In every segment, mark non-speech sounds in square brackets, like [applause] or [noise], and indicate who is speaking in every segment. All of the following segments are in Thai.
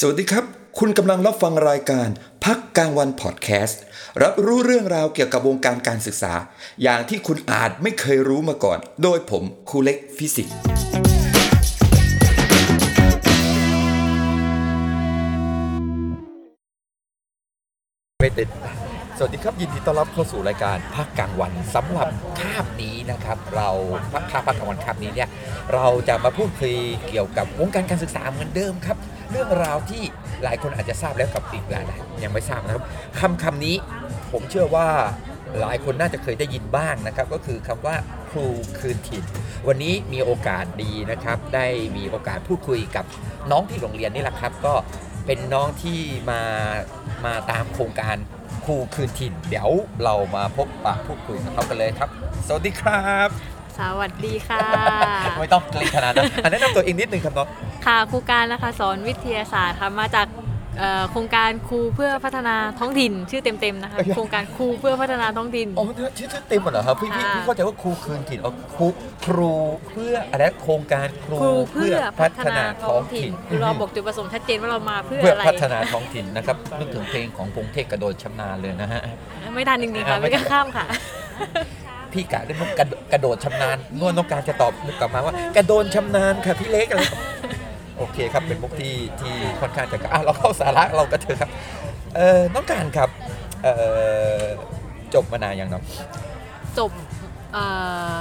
Speaker 1: สวัสดีครับ คุณกำลังรับฟังรายการ พักกลางวันพอดแคสต์รับรู้เรื่องราวเกี่ยวกับวงการการศึกษา อย่างที่คุณอาจไม่เคยรู้มาก่อน โดยผมครูเล็กฟิสิกส์ไม่ติดสวัสดีครับยินดีต้อนรับเข้าสู่รายการพักกลางวันสำหรับคาบนี้นะครับ เราพักคาบพักกลางวันคาบนี้เนี่ยเราจะมาพูดคุยเกี่ยวกับวงการการศึกษาเหมือนเดิมครับ เรื่องราวที่หลายคนอาจจะทราบแล้วกับอีกหลายๆยังไม่ทราบนะครับคำคำนี้ผมเชื่อว่าหลายคนน่าจะเคยได้ยินบ้างนะครับ ก็คือคำว่าครูคืนถิ่น วันนี้มีโอกาสดีนะครับ ได้มีโอกาสพูดคุยกับน้องที่โรงเรียนนี่แหละครับ ก็เป็นน้องที่มามาตามโครงการ ครูคืนถิ่นเดี๋ยวเรามาพบปะพูดคุยกับเขากันเลยครับ สวัสดีครับ
Speaker 2: สวัสดีค่ะ
Speaker 1: ไม่ต้องเกรงขนาดนั้นอ่ะแนะนำตัวเองนิดนึงครับน้อง
Speaker 2: ค่ะครูการนะคะสอนวิทยาศาสตร์ค่ะมาจากเอ่อโครงการครูเพื่อพัฒนาท้องถิ่น ชื่อเต็มๆนะคะโครงการครูเพื่อพัฒนาท้องถิ่น
Speaker 1: โอ้เธอชื่อชื่อเต็มหมดเหรอครับพี่พี่
Speaker 2: ค่ะ
Speaker 1: พี่เข้าใจว่าครูคืนถิ่นเอาครูครูเพื่ออะไรนะโครงการครู
Speaker 2: ครูเพื่อพัฒนาท้องถิ่นคือเราบอกจุดประสงค์ชัดเจนว่าเรามาเพื่อ
Speaker 1: เพื่อ
Speaker 2: อะไร
Speaker 1: พัฒนาท้องถิ่นนะครับนึกถึงเพลงของพงเทพกระโดดชำนาญเลยนะฮะ
Speaker 2: ไม่ทันจริงๆ
Speaker 1: อ่า
Speaker 2: ค่ะ
Speaker 1: ไม่
Speaker 2: ไม่กล้าข้ามค่ะ
Speaker 1: พี่กะเล่นมุกกระโดกระโดดชำนาญนวลต้องการจะตอบมุกกลับมาว่ากระโดนชำนาญค่ะพี่เล็กอะไร [laughs] โอเคครับเป็นมุกที่ที่ค่อนข้างจะอ่ะเราเข้าสาระเราก็เถอะครับเออน้องการครับเออจบมานานยังเนาะ
Speaker 2: จบเอ่อ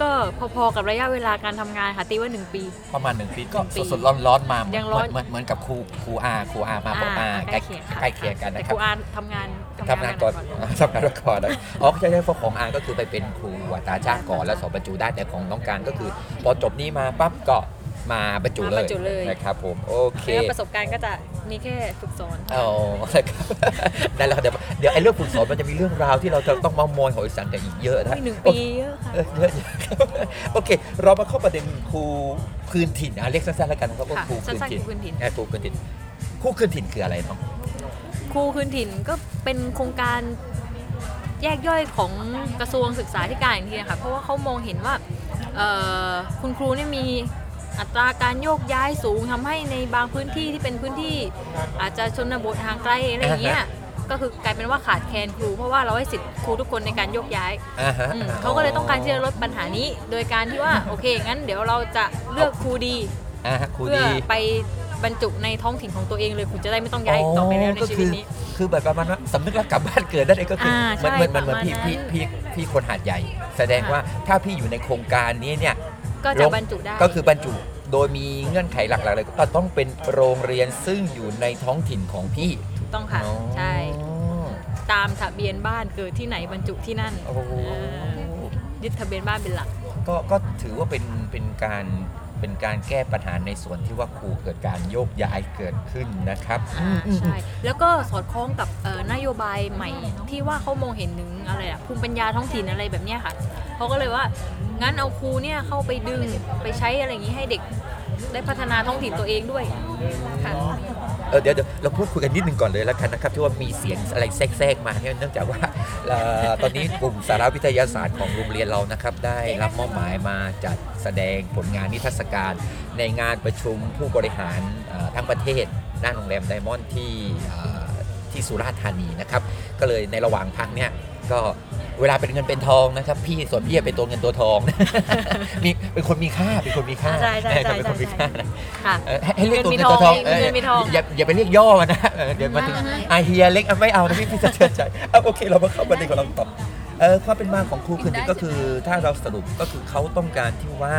Speaker 2: ก็พอๆกับระยะเวลาการทำงานค่ะตีว่าหนึ่งปี
Speaker 1: ประมาณหนึ่งปีก็
Speaker 2: หนึ่งปี
Speaker 1: สดๆร้อนๆมาเหมื
Speaker 2: ยั
Speaker 1: น
Speaker 2: งร้อน
Speaker 1: เหมือนเหมือนกับครูครูอาครูอามาบอกอาใกล้
Speaker 2: ค่ะ
Speaker 1: ใกล้เคียงกันนะค
Speaker 2: แต่ครับ รูอาทำงาน
Speaker 1: ทำงานก่อน [laughs] ทำงานมาก่อนนะอ๋อใช่ใช่เพราะของอาก็คือไปเป็นครูอัตราจ้างก่อนแล้วสอบบรรจุได้แต่ของน้องการก็คือ พอจบนี้มาปั๊บก็มาบรรจุ
Speaker 2: มา
Speaker 1: เล
Speaker 2: บร
Speaker 1: ย
Speaker 2: รจุเลย
Speaker 1: นะครับผมโอเค
Speaker 2: แล้วประสบการณ์ก็จะมีแค่ฝึกสอน
Speaker 1: เอานะครับ [laughs] ได้แล้วเดี๋ยวเดี๋ยวไอ้เรื่องฝึกสอนมันจะมีเรื่องราวที่เราจะต้องมามอยหอยสังกันอีกเยอะนะ
Speaker 2: มีหนึ่งปีเยอะค่ะ
Speaker 1: เออเยอะๆโอเค เรามาเข้าประเด็นครูคืนถิ่นอ่ะเรียกสั้นๆแล้วกันนะครับว่า
Speaker 2: ค่ะ
Speaker 1: ครูคืน
Speaker 2: สั้นๆ
Speaker 1: ถิ่น
Speaker 2: ครูคืนถิ่น
Speaker 1: เออครูคืนถิ่นครูคืนถิ่นคืออะไรเนาะ
Speaker 2: ครูคืนถิ่นก็เป็นโครงการแยกย่อยของกระทรวงศึกษาธิการอย่างทีนะคะเพราะว่าเขามองเห็นว่าเอ่อคุณครูเนี่ยมีอัตราการโยกย้ายสูงทำให้ในบางพื้นที่ที่เป็นพื้นที่ อาจจะชนบทห่างไกลอะไรอย่างเงี้ยก็คือกลายเป็นว่าขาดแคลนครู เพราะว่าเราให้สิทธิ์ครูทุกคนในการโยกย้าย
Speaker 1: อ่าฮะ
Speaker 2: อืมเขาก็เลยต้องการที่จะลดปัญหานี้ โดยการที่ว่าโอเคงั้นเดี๋ยวเราจะเลือกครูดี
Speaker 1: อ่าฮะครู
Speaker 2: เพื่อ
Speaker 1: ดี
Speaker 2: ไปบรรจุในท้องถิ่นของตัวเองเลยคุณจะได้ไม่ต้องย้ายอีกต่อไปแล้วใน
Speaker 1: ก็
Speaker 2: ชี
Speaker 1: คื
Speaker 2: วิต
Speaker 1: อ
Speaker 2: นี้
Speaker 1: คือแบบประมาณว่าสำนึกรักกลับบ้านเกิดนั่นเองก็คืออาเหมือนเห
Speaker 2: ใช่
Speaker 1: มือนเหมือน
Speaker 2: ประมาณ
Speaker 1: พี่
Speaker 2: นั้น
Speaker 1: พี่พี่พี่คนหาดใหญ่ แสดงว่าถ้าพี่อยู่ในโครงการนี้เนี่ย
Speaker 2: ก็จะบรรจุได้
Speaker 1: ก็คือบรรจุโดยมีเงื่อนไขหลักๆเลยก็ต้องเป็นโรงเรียนซึ่งอยู่ในท้องถิ่นของพี่
Speaker 2: ถูกต้องค่ะ
Speaker 1: อ๋อ
Speaker 2: ใช่ ตามทะเบียนบ้านเกิดที่ไหนบรรจุที่นั่น
Speaker 1: โอ้โห
Speaker 2: เออยึดทะเบียนบ้านเป็นหลัก
Speaker 1: ก็ก็ถือว่าเป็นเป็นการเป็นการแก้ปัญหาในส่วนที่ว่าครูเกิดการโยกย้ายเกิดขึ้นนะครับ
Speaker 2: อ่าใช่ แล้วก็สอดคล้องกับเอ่อนโยบายใหม่ที่ว่าเขามองเห็นถึงอะไรอะภูมิปัญญาท้องถิ่นอะไรแบบเนี้ยค่ะเขาก็เลยว่างั้นเอาครูเนี่ยเข้าไปดึงไปใช้อะไรอย่างนี้ให้เด็กได้พัฒนาท้องถิ่นตัวเองด้วยค่ะ
Speaker 1: เออเดี๋ยวเดี๋ยวเราพูดคุยกันนิดหนึ่งก่อนเลยแล้วกันนะครับที่ว่ามีเสียงอะไรแทรกๆมาเนี่ยเนื่องจาก [laughs] ว่าเอ่อตอนนี้กลุ่มสารวิทยาศาสตร์ของโรงเรียนเรานะครับ ได้รับมอบหมายมาจัดแสดงผลงานนิทรรศการ ในงานประชุมผู้บริหารเอ่อทั้งประเทศหน้าโรงแรมไดมอนด์ที่เอ่อที่สุราษฎร์ธานีนะครับ ก็เลยในระหว่างพักเนี่ยก็เวลาเป็นเงินเป็นทองนะครับ พี่ส่วนพี่เป็นตัวเงินตัวทอง [laughs] มีเป็นคนมีค่าเป็นคนมีค่า
Speaker 2: ใช่ใช่ใช่ใช่
Speaker 1: เป็นคนมีค่านะ
Speaker 2: ค่ะ
Speaker 1: เออให้ให้เรียกตัวเงินตัวทอง
Speaker 2: เงินมีทอง
Speaker 1: เอย่าอย่าไปเรียกย่อมันนะเออเดี๋ยวมาถึง
Speaker 2: อ่าฮะ
Speaker 1: ไอะเฮียเล็กอ่ะไม่เอานะพี่พี่จะเชื่อใจเอาโอเคเรามาเข้าประเด็นของเราต่อเออความเป็นมาของครูคืนนี้ก็คือ ถ้าเราสรุปก็คือเขาต้องการที่ว่า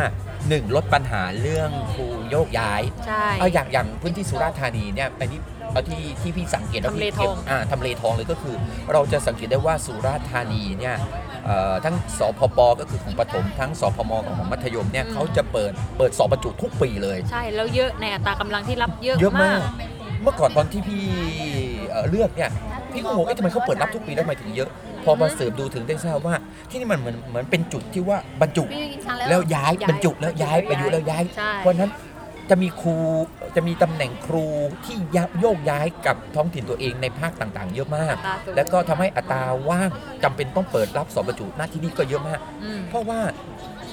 Speaker 1: หนึ่งลดปัญหาเรื่องครูโยกย้าย
Speaker 2: ใช่
Speaker 1: เอาอย่างอย่างพื้นที่สุราษฎร์ธานีเนี่ยไปที่เอาที่ที่พี่สังเกตแล้วพี่
Speaker 2: ทำเล
Speaker 1: ก็บ
Speaker 2: ทอง
Speaker 1: อ่าทำเลทองเลยก็คือ เราจะสังเกตได้ว่าสุราษฎร์ธานีเนี่ยเอ่อทั้งสพปก็คือของปฐมทั้งสพมของมัธยมเนี่ยเขาจะเปิดเปิดสอบบรรจุทุกปีเลย
Speaker 2: ใช่ แล้วเยอะในอัตรากำลังที่รับเยอะ
Speaker 1: เยอะมาม
Speaker 2: าก ก
Speaker 1: เมื่อก่อนตอนที่พี่เอ่อเลือกเนี่ย พี่ก็งงว่าทำไมเขาเปิดรับทุกปีแล้วทำไมถึงเยอะ พอมาสืบดูถึงได้ทราบว่า ที่นี่มันเหมือนเหมือนเป็นจุดที่ว่าบรรจุ แล้วย้าย
Speaker 2: ย้าย
Speaker 1: บรรจุแล้วย้ายไป
Speaker 2: ย้า
Speaker 1: อ
Speaker 2: ย
Speaker 1: ยู่แล้วย้าย
Speaker 2: ใช่
Speaker 1: เพราะฉะนั้นจะมีครูจะมีตำแหน่งครูที่ยับโยกย้ายกับท้องถิ่นตัวเองในภาคต่างๆ เยอะมาก
Speaker 2: อัตราสูง
Speaker 1: แล้วก็ทำให้อัตราว่างจำเป็นต้องเปิดรับสอบบรรจุหน้าที่นี่ก็เยอะมาก
Speaker 2: อืม
Speaker 1: เพราะว่า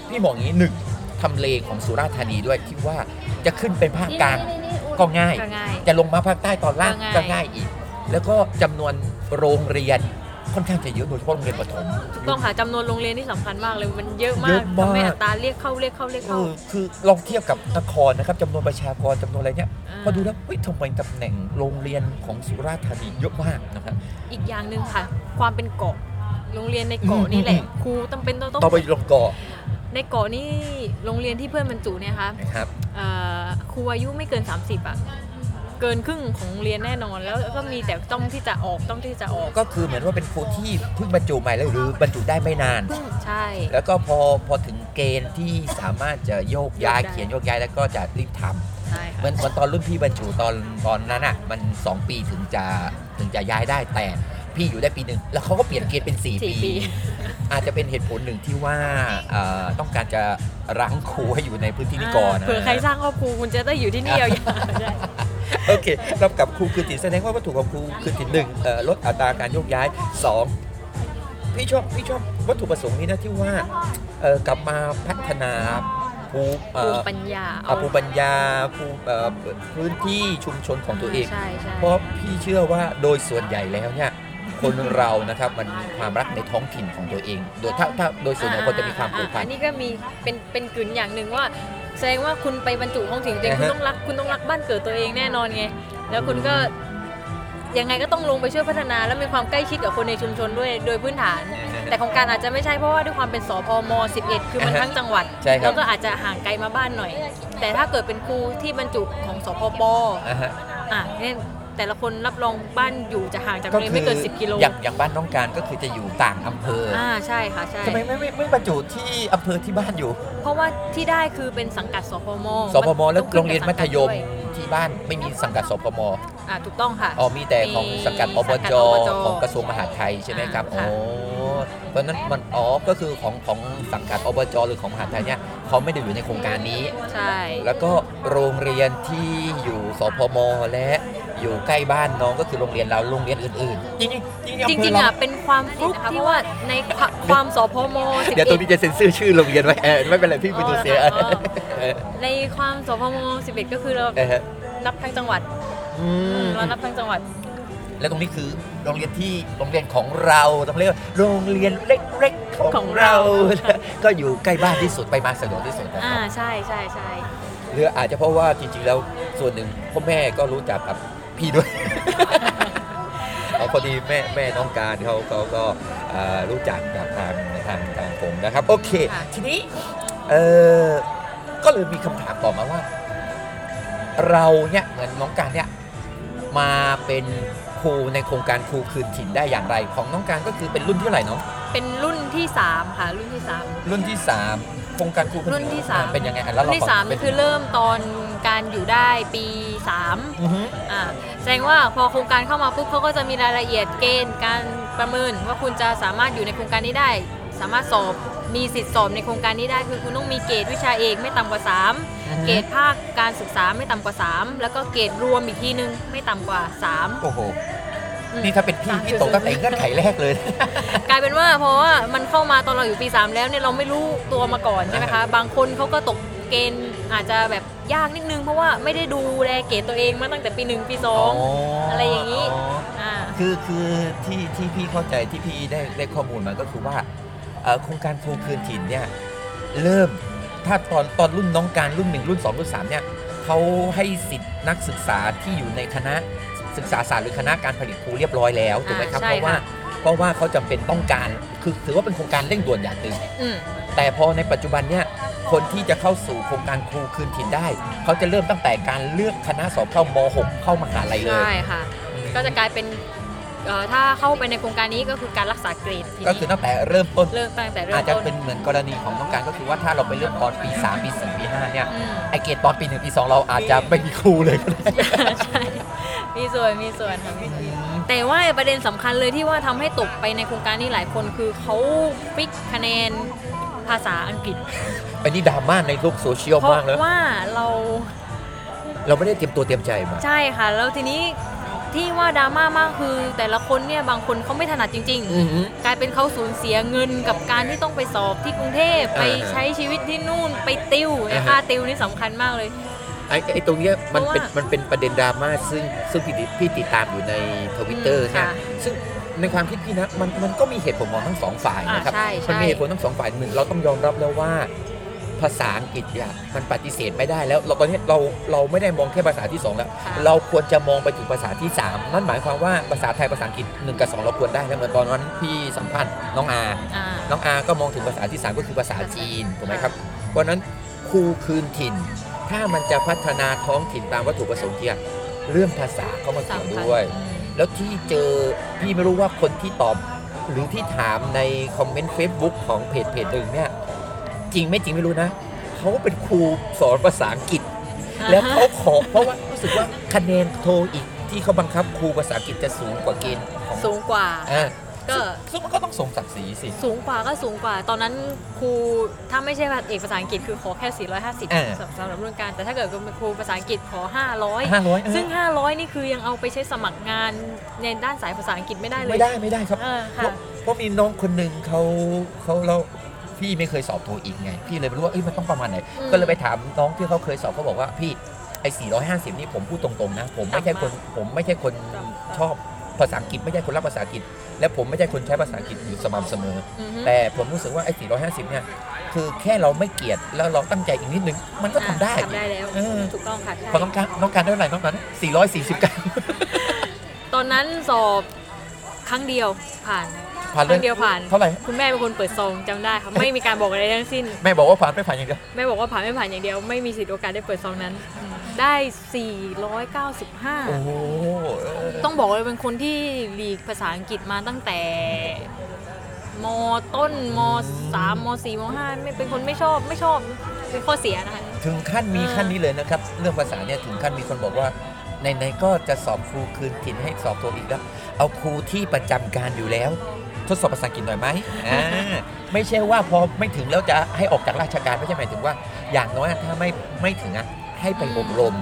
Speaker 1: พี่มองอย่างนี้หนึ่งทำเลของสุราษฎร์ธานีด้วยที่ว่าจะขึ้นเป็นภาคกลาง
Speaker 3: นี่นี่นี่อุ
Speaker 1: ก็ง่าย
Speaker 2: ก็ง่าย
Speaker 1: จะลงมาภาคใต้ตอนล่าง
Speaker 2: ก็
Speaker 1: ก็
Speaker 2: ง่าย
Speaker 1: ง่ายอีก แล้วก็จำนวนโรงเรียนค่อนข้างจะเยอะโดยเฉพาะโรงเรียนประถม
Speaker 2: ถูกต้องค่ะจำนวนโรงเรียนที่สำคัญมากเลยมันเยอะมา
Speaker 1: เยอะ
Speaker 2: ก
Speaker 1: มาก
Speaker 2: ทำให้อัตราเรียกเข้าเรียกเข้าเรียก
Speaker 1: เอ
Speaker 2: เข้า
Speaker 1: อคือลองเทียบกับนครนะครับจำนวนประชากรจำนวนอะไรเนี่ย
Speaker 2: อ่า
Speaker 1: พอดูแล้วเฮ้ยทำไมตำแหน่งโรงเรียนของสุราษฎร์ธานีเยอะมากนะครับ
Speaker 2: อีกอย่างหนึ่งค่ะ ความเป็นเกาะโรงเรียนในเกาะนี่แหละครูจำเป็นต้องต้อง
Speaker 1: ต่อไปลงเกาะ
Speaker 2: ในเกาะนี่โรงเรียนที่เพื่อนบรรจุเนี่ยค่ะ
Speaker 1: นะครับ
Speaker 2: เอ่อครูอายุไม่เกิน 30อ่ะเกินครึ่งของโรงเรียนแน่นอนแล้วก็มีแต่ต้องที่จะออกต้องที่จะออก
Speaker 1: ก็คือเหมือนว่าเป็นครูที่เพิ่งบรรจุใหม่แล้วหรือบรรจุได้ไม่นาน
Speaker 2: เพิ่งใช่
Speaker 1: แล้วก็พอพอถึงเกณฑ์ที่สามารถจะโยกย้าย
Speaker 2: ได้
Speaker 1: เขียนโยกย้ายแล้วก็จะรีบทำ
Speaker 2: ใช่
Speaker 1: เห
Speaker 2: ค่ะ
Speaker 1: มือนเหมือนตอนรุ่นพี่บรรจุตอนตอนนั้นอ่ะมัน 2 ปีถึงจะถึงจะย้ายได้แต่พี่อยู่ได้ปีหนึ่งแล้วเขาก็เปลี่ยนเกณฑ์เป็นสี่
Speaker 2: สี่ปี
Speaker 1: อาจจะเป็นเหตุผลหนึ่งที่ว่าเอ่อต้องการจะรั้งครูให้อยู่ในพื้นที่นี้ก่อน
Speaker 2: เผื่อใครสร้างครอบครัวคุณจะได้อยู่ที่นี่ยาวๆได้
Speaker 1: โอเคเรากับครูคือติดแสดงว่าวัตถุของครูคือติดหนึ่งเอ่อลดอัตราการโยกย้ายสองพี่ชอบพี่ชอบวัตถุประสงค์นี้นะที่ว่าเอ่อกลับมาพัฒนาภูมิเอ่
Speaker 2: ภู
Speaker 1: อ
Speaker 2: มิปัญญา
Speaker 1: อาภูมิปัญญาภูมิเอ่อพื้นที่ชุมชนของตัวเอง
Speaker 2: ใช่ใช่
Speaker 1: เพราะพี่เชื่อว่าโดยส่วนใหญ่แล้วเนี่ยคนเรานะครับมันมีความรักในท้องถิ่นของตัวเอง โดยถ้าถ้าโดยส่วนใหญ่คนจะมีความผูกพั
Speaker 2: อ่
Speaker 1: น
Speaker 2: อันนี้ก็มีเป็นเป็นกึ่นอย่างหนึ่งว่า แสดงว่าคุณไปบรรจุของถิ่นตัวเอง
Speaker 1: อ่าฮะ
Speaker 2: คุณต้องรักคุณต้องรักบ้านเกิดตัวเองแน่นอนไงแล้วคุณก็ยังไงก็ต้องลงไปช่วยพัฒนา แล้วมีความใกล้ชิดกับคนในชุมชนด้วยโดยพื้นฐาน
Speaker 1: อ่าฮะ
Speaker 2: แต่ของการอาจจะไม่ใช่เพราะว่าด้วยความเป็นสพม 11 คือมัน
Speaker 1: อ่าฮะ
Speaker 2: ทั้งจังหวัด
Speaker 1: ใช่ครับ
Speaker 2: แล้วก็อาจจะห่างไกลมาบ้านหน่อย แต่ถ้าเกิดเป็นครูที่บรรจุของสพป
Speaker 1: อ่าฮะ
Speaker 2: อ่ะเนี่ยแต่ละคนรับรองบ้านอยู่จะห่างจากโรงเรียนไม่เกิน 10 กิโล
Speaker 1: อย่างอย่างบ้านน้องการก็คือจะอยู่ต่างอำเภออ
Speaker 2: อ่าใช่ค่ะใช่
Speaker 1: ทำไมไม่ไม่ไม่บรรจุที่อำเภอที่บ้านอยู่
Speaker 2: เพราะว่าที่ได้คือเป็นสังกัดสพม
Speaker 1: สพมแล้ว
Speaker 2: ต้อ
Speaker 1: โร
Speaker 2: ขึ้
Speaker 1: ง
Speaker 2: กับ
Speaker 1: เรียนมัธยม
Speaker 2: สังกัดด้ว
Speaker 1: ที่บ้านไม่มีสังกัดสพม
Speaker 2: อ่าถูกต้องค่ะ
Speaker 1: อ๋อมีแต่ของสังกัด
Speaker 2: มี
Speaker 1: อบ
Speaker 2: สังกั
Speaker 1: จ
Speaker 2: ดอบจ
Speaker 1: ของกระทรวงมหาดไทยใช่ไหมครับอ๋
Speaker 2: อ่า
Speaker 1: อ
Speaker 2: ค่ะ
Speaker 1: เพราะฉะนั้นมันอ๋อก็คือของของสังกัดอบจหรือของมหาดไทยเนี่ยเขาไม่ได้อยู่ในโครงการนี้
Speaker 2: ใช่
Speaker 1: แล้วก็โรงเรียนที่อยู่สพมและอยู่ใกล้บ้านน้องก็คือโรงเรียนเราโรงเรียนอื่นๆจริงๆจริงๆำเภเา
Speaker 2: จริงๆอ่ะเป็นความฟลุกที่ว่าในความสพม
Speaker 1: เดี๋ยวตรงนี้
Speaker 2: 11
Speaker 1: จะเซ็นเซอร์ชื่อโรงเรียนไว้เออไม่เป็นไรพี่ไปดูเสีย
Speaker 2: อ๋อเหรอ
Speaker 1: เออ
Speaker 2: ในความสพม11 ก็คือเรา
Speaker 1: เออฮะ
Speaker 2: นับทั้งจังหวัด
Speaker 1: อืม
Speaker 2: เรานับทั้งจังหวัด
Speaker 1: แล้วตรงนี้คือโรงเรียนที่โรงเรียนของเราต้องเรียกว่าโรงเรียนเล็กๆข
Speaker 2: ข
Speaker 1: อ
Speaker 2: องง
Speaker 1: เรา
Speaker 2: เรา
Speaker 1: ก็อยู่ใกล้บ้านที่สุดไปมาสะดวกที่สุดนะค
Speaker 2: อ่า
Speaker 1: รับ
Speaker 2: ใช่ใช่ใช่
Speaker 1: หรืออาจจะเพราะว่าจริงๆแล้วส่วนหนึ่งพ่อแม่ก็รู้จักกับพี่ด้วย [laughs] เอาพอดีแม่แม่น้องการเขาเขาก็เอ่อรู้จักกับทางทางทางผมนะครับ โอเค
Speaker 2: ค่ะ
Speaker 1: ทีนี้เออก็เลยมีคำถามต่อมาว่า เราเนี่ยเหมือนน้องการเนี่ยมาเป็นครูในโครงการครูคืนถิ่นได้อย่างไรของน้องการก็คือเป็นรุ่นที่เท่าไหร่เนาะ
Speaker 2: เป็นรุ่นที่สามค่ะรุ่นที่สาม
Speaker 1: รุ่นที่สามโครงการครูคืนถิ่น
Speaker 2: รุ่นที่สาม
Speaker 1: เป็นยังไงอ่ะแล้ว
Speaker 2: รุ่
Speaker 1: เรา
Speaker 2: นที่
Speaker 1: ข
Speaker 2: สาม
Speaker 1: เป็น
Speaker 2: คือเริ่มตอนการอยู่ได้ปีสาม
Speaker 1: อือฮึ
Speaker 2: อ่าแสดงว่าพอโครงการเข้ามาปุ๊บเขาก็จะมีรายละเอียดเกณฑ์การประเมินว่าคุณจะสามารถอยู่ในโครงการนี้ได้ สามารถสอบมีสิทธิ์สอบในโครงการนี้ได้ คือคุณต้องมีเกรดวิชาเอกไม่ต่ำกว่า
Speaker 1: อือฮึ
Speaker 2: 3 เกรดภาคการศึกษาไม่ต่ำกว่า 3 แล้วก็เกรดรวมอีกทีนึงไม่ต่ำกว่า 3
Speaker 1: โอ้โห
Speaker 2: อืม
Speaker 1: นี่ถ้าเป็นพี่พี่ตกตั้งแต่เงื่อนไขแรกเลย
Speaker 2: กลายเป็นว่าเพราะว่ามันเข้ามาตอนเราอยู่ปี 3 แล้วเนี่ยเราไม่รู้ตัวมาก่อนใช่ไหมคะ บางคนเขาก็ตกเกณฑ์อาจจะแบบยากนิดนึง เพราะว่าไม่ได้ดูแลเกรดตัวเองมาตั้งแต่ปีหนึ่งปีสอง อะไรอย่างนี้ อ่า
Speaker 1: คือคือที่ที่พี่เข้าใจที่พี่ได้ได้ข้อมูลมาก็คือว่าเอ่อโครงการครูคืนถิ่นเนี่ยเริ่มถ้าตอนตอนรุ่นน้องการรุ่นหนึ่งรุ่นสองรุ่นสามเนี่ยเขาให้สิทธินักศึกษาที่อยู่ในคณะศึกษาศาสตร์หรือคณะการผลิตครูเรียบร้อยแล้วถูกไหมครับ
Speaker 2: อ่าใช่
Speaker 1: เพราะว่า
Speaker 2: ค่ะ
Speaker 1: เพราะว่าเขาจำเป็นต้องการคือถือว่าเป็นโครงการเร่งด่วนอย่างหนึ่ง
Speaker 2: อืม
Speaker 1: แต่พอในปัจจุบันเนี่ยคนที่จะเข้าสู่โครงการครูคืนถิ่นได้ เขาจะเริ่มตั้งแต่การเลือกคณะสอบเข้าม .6 เข้ามหาลัยเลย
Speaker 2: ใช่ค่ะ ก็จะกลายเป็นเอ่อถ้าเข้าไปในโครงการนี้ก็คือการรักษาเกรดที
Speaker 1: ก็คือ
Speaker 2: นี้
Speaker 1: ตั้งแต่เริ่มต้น
Speaker 2: เริ่มตั้งแต่เริ่
Speaker 1: อาจ
Speaker 2: ม
Speaker 1: จะ
Speaker 2: ต้น
Speaker 1: เป็นเหมือนกรณีของน้องการก็คือว่าถ้าเราไปเลือกตอนปี 3 ปี 4 ปี 5 เนี่ย
Speaker 2: อืม
Speaker 1: ไอเกรดตอนปี 1 ปี 2 เราอาจจะไม่มีครูเลยก็ได้
Speaker 2: [laughs] ใช่มีส่วนมีส่วนค่ะมีส่วนแต่ว่าประเด็นสำคัญเลยที่ว่าทำให้ตกไปในโครงการนี้หลายคนคือเขาฟิกคะแนนภาษาอังกฤษ
Speaker 1: อันนี้ดราม่าในโลกโซเชียล
Speaker 2: เพราะ
Speaker 1: มากเลย
Speaker 2: ว่าเรา
Speaker 1: เราไม่ได้เตรียมตัวเตรียมใจมา
Speaker 2: ใช่ค่ะ แล้วทีนี้ที่ว่าดราม่ามากคือ แต่ละคนเนี่ยบางคนเขาไม่ถนัดจริง ๆ
Speaker 1: อือหือ
Speaker 2: กลายเป็นเขาสูญเสียเงินกับการที่ต้องไปสอบที่กรุงเทพ
Speaker 1: อ่า
Speaker 2: ไปใช้ชีวิตที่นู่นไปติว
Speaker 1: อ่าฮะ
Speaker 2: ค่าติวนี่สำคัญมากเลย
Speaker 1: ไอ้ไอ้ตรงเนี้ยมันเป็น
Speaker 2: เพราะว่ามั
Speaker 1: มันเป็นประเด็นดราม่าซึ่งซึ่งพี่ติพี่ติดตามอยู่ในทวิตเตอร์
Speaker 2: อืม
Speaker 1: นะ
Speaker 2: ค่ะ
Speaker 1: ซึ่งในความคิดพี่นะมันมันก็มีเหตุผลของทั้งสองฝ่ายนะครับ
Speaker 2: อ่าใช่ใช่
Speaker 1: มันมีเหตุผลทั้งสองฝ่ายหนึ่งเราต้องยอมรับแล้วว่า ภาษาอังกฤษเนี่ยมันปฏิเสธไม่ได้แล้ว เราตอนนี้เราเราไม่ได้มองแค่ภาษาที่สองแล้ว
Speaker 2: ค่ะ
Speaker 1: เราควรจะมองไปถึงภาษาที่ 3 นั่นหมายความว่าภาษาไทยภาษาอังกฤษ1กับ 2 เราควรได้แล้วเหมือนตอนนั้นพี่สัมภาษณ์น้องอา
Speaker 2: อ่า
Speaker 1: น้องอาก็มองถึงภาษาที่ 3 ก็คือภาษาจีนถูกไหมครับ
Speaker 2: ค่ะ
Speaker 1: เพราะฉะนั้นครูคืนถิ่น ถ้ามันจะพัฒนาท้องถิ่นตามวัตถุประสงค์เนี่ยเรื่องภาษาเข้ามาเกี่ยว
Speaker 2: สำคัญ
Speaker 1: ด้วย
Speaker 2: อืม
Speaker 1: แล้วที่เจอพี่ไม่รู้ว่าคนที่ตอบหรือที่ถามในคอมเมนต์ Facebook ของเพจเพจหนึ่งเนี่ยจริงไม่จริงไม่รู้นะเขาเป็นครูสอนภาษาอังกฤษ แล้วเขาขอเพราะว่ารู้สึกว่าคะแนนโทอีกที่เขาบังคับครูภาษาอังกฤษจะสูงกว่าเกณฑ์ของ
Speaker 2: สูงกว่า
Speaker 1: อ่า
Speaker 2: ก็
Speaker 1: ซึ่งมันก็ต้องสมศักดิ์ศรีสิ
Speaker 2: สูงกว่าก็สูงกว่า ตอนนั้นครูถ้าไม่ใช่เอกภาษาอังกฤษคือขอแค่ 450สำสำหรับรุ่นการ แต่ถ้าเกิดเป็นครูภาษาอังกฤษขอ
Speaker 1: ห้าร้อย
Speaker 2: 500 ซึ่ง 500 นี่คือยังเอาไปใช้สมัครงานในด้านสายภาษาอังกฤษไม่ได้เลย
Speaker 1: ไม่ได้ไม่ได้ครับ
Speaker 2: เออ
Speaker 1: เพ
Speaker 2: ค่ะ
Speaker 1: ราะเพราะมีน้องคนหนึ่งเขาเขาเราพี่ไม่เคยสอบโทอีกไง พี่เลยไม่รู้ว่าเอ้ยมันต้องประมาณไหน
Speaker 2: อืม
Speaker 1: ก็เลยไปถามน้องที่เขาเคยสอบเขาบอกว่าพี่ไอ้450 นี่ผมพูดตรงๆนะ ผมไม่ใช่คนผมไม่ใช่คน
Speaker 2: จำ
Speaker 1: ชอบภาษาอังกฤษไม่ใช่คนรักภาษาอังกฤษ และผมไม่ใช่คนใช้ภาษาอังกฤษอยู่สม่ำเสมอ
Speaker 2: อือฮึ
Speaker 1: แต่ผมรู้สึกว่าไอ้ 450 เนี่ย คือแค่เราไม่เกลียดแล้วเราตั้งใจอีกนิดนึง มันก็ทำได้
Speaker 2: ทำได้แล้ว
Speaker 1: เออ
Speaker 2: ถูกต้องค่ะใช่
Speaker 1: ต้องการต้องการเท่าไหร่ [laughs] ต้องการ449
Speaker 2: ตอนนั้นสอบครั้งเดียวผ่าน
Speaker 1: ผ่าน
Speaker 2: ค
Speaker 1: เล
Speaker 2: รั้
Speaker 1: ย
Speaker 2: งเดียวผ่าน
Speaker 1: เท่าไหร่
Speaker 2: คุณแม่เป็นคนเปิดซองจำได้ค่ะไม่มีการบอกอะไรทั้งสิ้น
Speaker 1: แม่บอกว่าผ่านไม่ผ่านอย่างเดียว
Speaker 2: แม่บอกว่าผ่านไม่ผ่านอย่างเดียว ไม่มีสิทธิโอกาสได้เปิดซองนั้นอืมได้ 495
Speaker 1: โอ้โหเออ
Speaker 2: ต้องบอกเลยเป็นคนที่หลีกภาษาอังกฤษมาตั้งแต่มต้นมสามมสี่มห้าไม่เป็นคนไม่ชอบไม่ชอบเป็นข้อเสียนะคะ
Speaker 1: ถึงขั้นมี
Speaker 2: เออ
Speaker 1: ขั้นนี้เลยนะครับ เรื่องภาษาเนี่ยถึงขั้นมีคนบอกว่าไหนๆก็จะสอบครูคืนถิ่นให้สอบโทอีกแล้ว เอาครูที่ประจำการอยู่แล้ว ทดสอบภาษาอังกฤษหน่อยไหมอ่าไม่ใช่ว่าพอไม่ถึงแล้วจะให้ออกจากราชการไม่ใช่หมายถึงว่า อย่างน้อยถ้าไม่ไม่ถึงอะให้ไปอบรม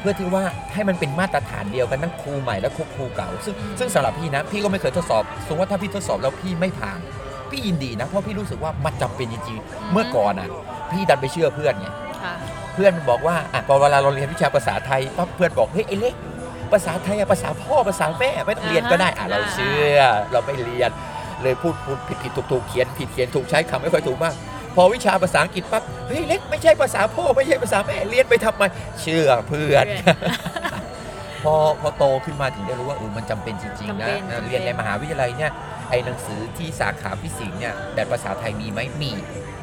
Speaker 1: เพื่อที่ว่าให้มันเป็นมาตรฐานเดียวกันทั้งครูใหม่และครูเก่า ซึ่งซึ่งสำหรับพี่นะ พี่ก็ไม่เคยทดสอบสมมติว่าถ้าพี่ทดสอบแล้วพี่ไม่ผ่าน พี่ยินดีนะเพราะพี่รู้สึกว่ามันจำเป็นจริงๆเมื่อก่อนอ่ะ พี่ดันไปเชื่อเพื่อนไง
Speaker 2: ค่ะ
Speaker 1: เพื่อนบอกว่าอ่ะพอเวลาเราเรียนวิชาภาษาไทยปั๊บเพื่อนบอกเฮ้ยไอ้เล็กภาษาไทยอะภาษาพ่อภาษาแม่ไม่ต้องเรียนก็ได้อ่ะเราเชื่อ เราไม่เรียนเลยพูดพูดผิดผิดถูกถูกเขียนผิดเขียนถูกใช้คำไม่ค่อยถูกบ้างพอวิชาภาษาอังกฤษปั๊บเฮ้ยเล็กไม่ใช่ภาษาพ่อไม่ใช่ภาษาแม่เรียนไปทำไมเชื่อเพื่อน [laughs] พอพอโตขึ้นมาถึงได้รู้ว่าเออมันจำเป็นจริงๆ
Speaker 2: จำ
Speaker 1: นะ
Speaker 2: เป็น
Speaker 1: นะ
Speaker 2: จำเป็น
Speaker 1: เรียนในมหาวิทยาลัยเนี่ยไอ้หนังสือที่สาขาฟิสิกส์เนี่ยแต่ภาษาไทยมีไหมมี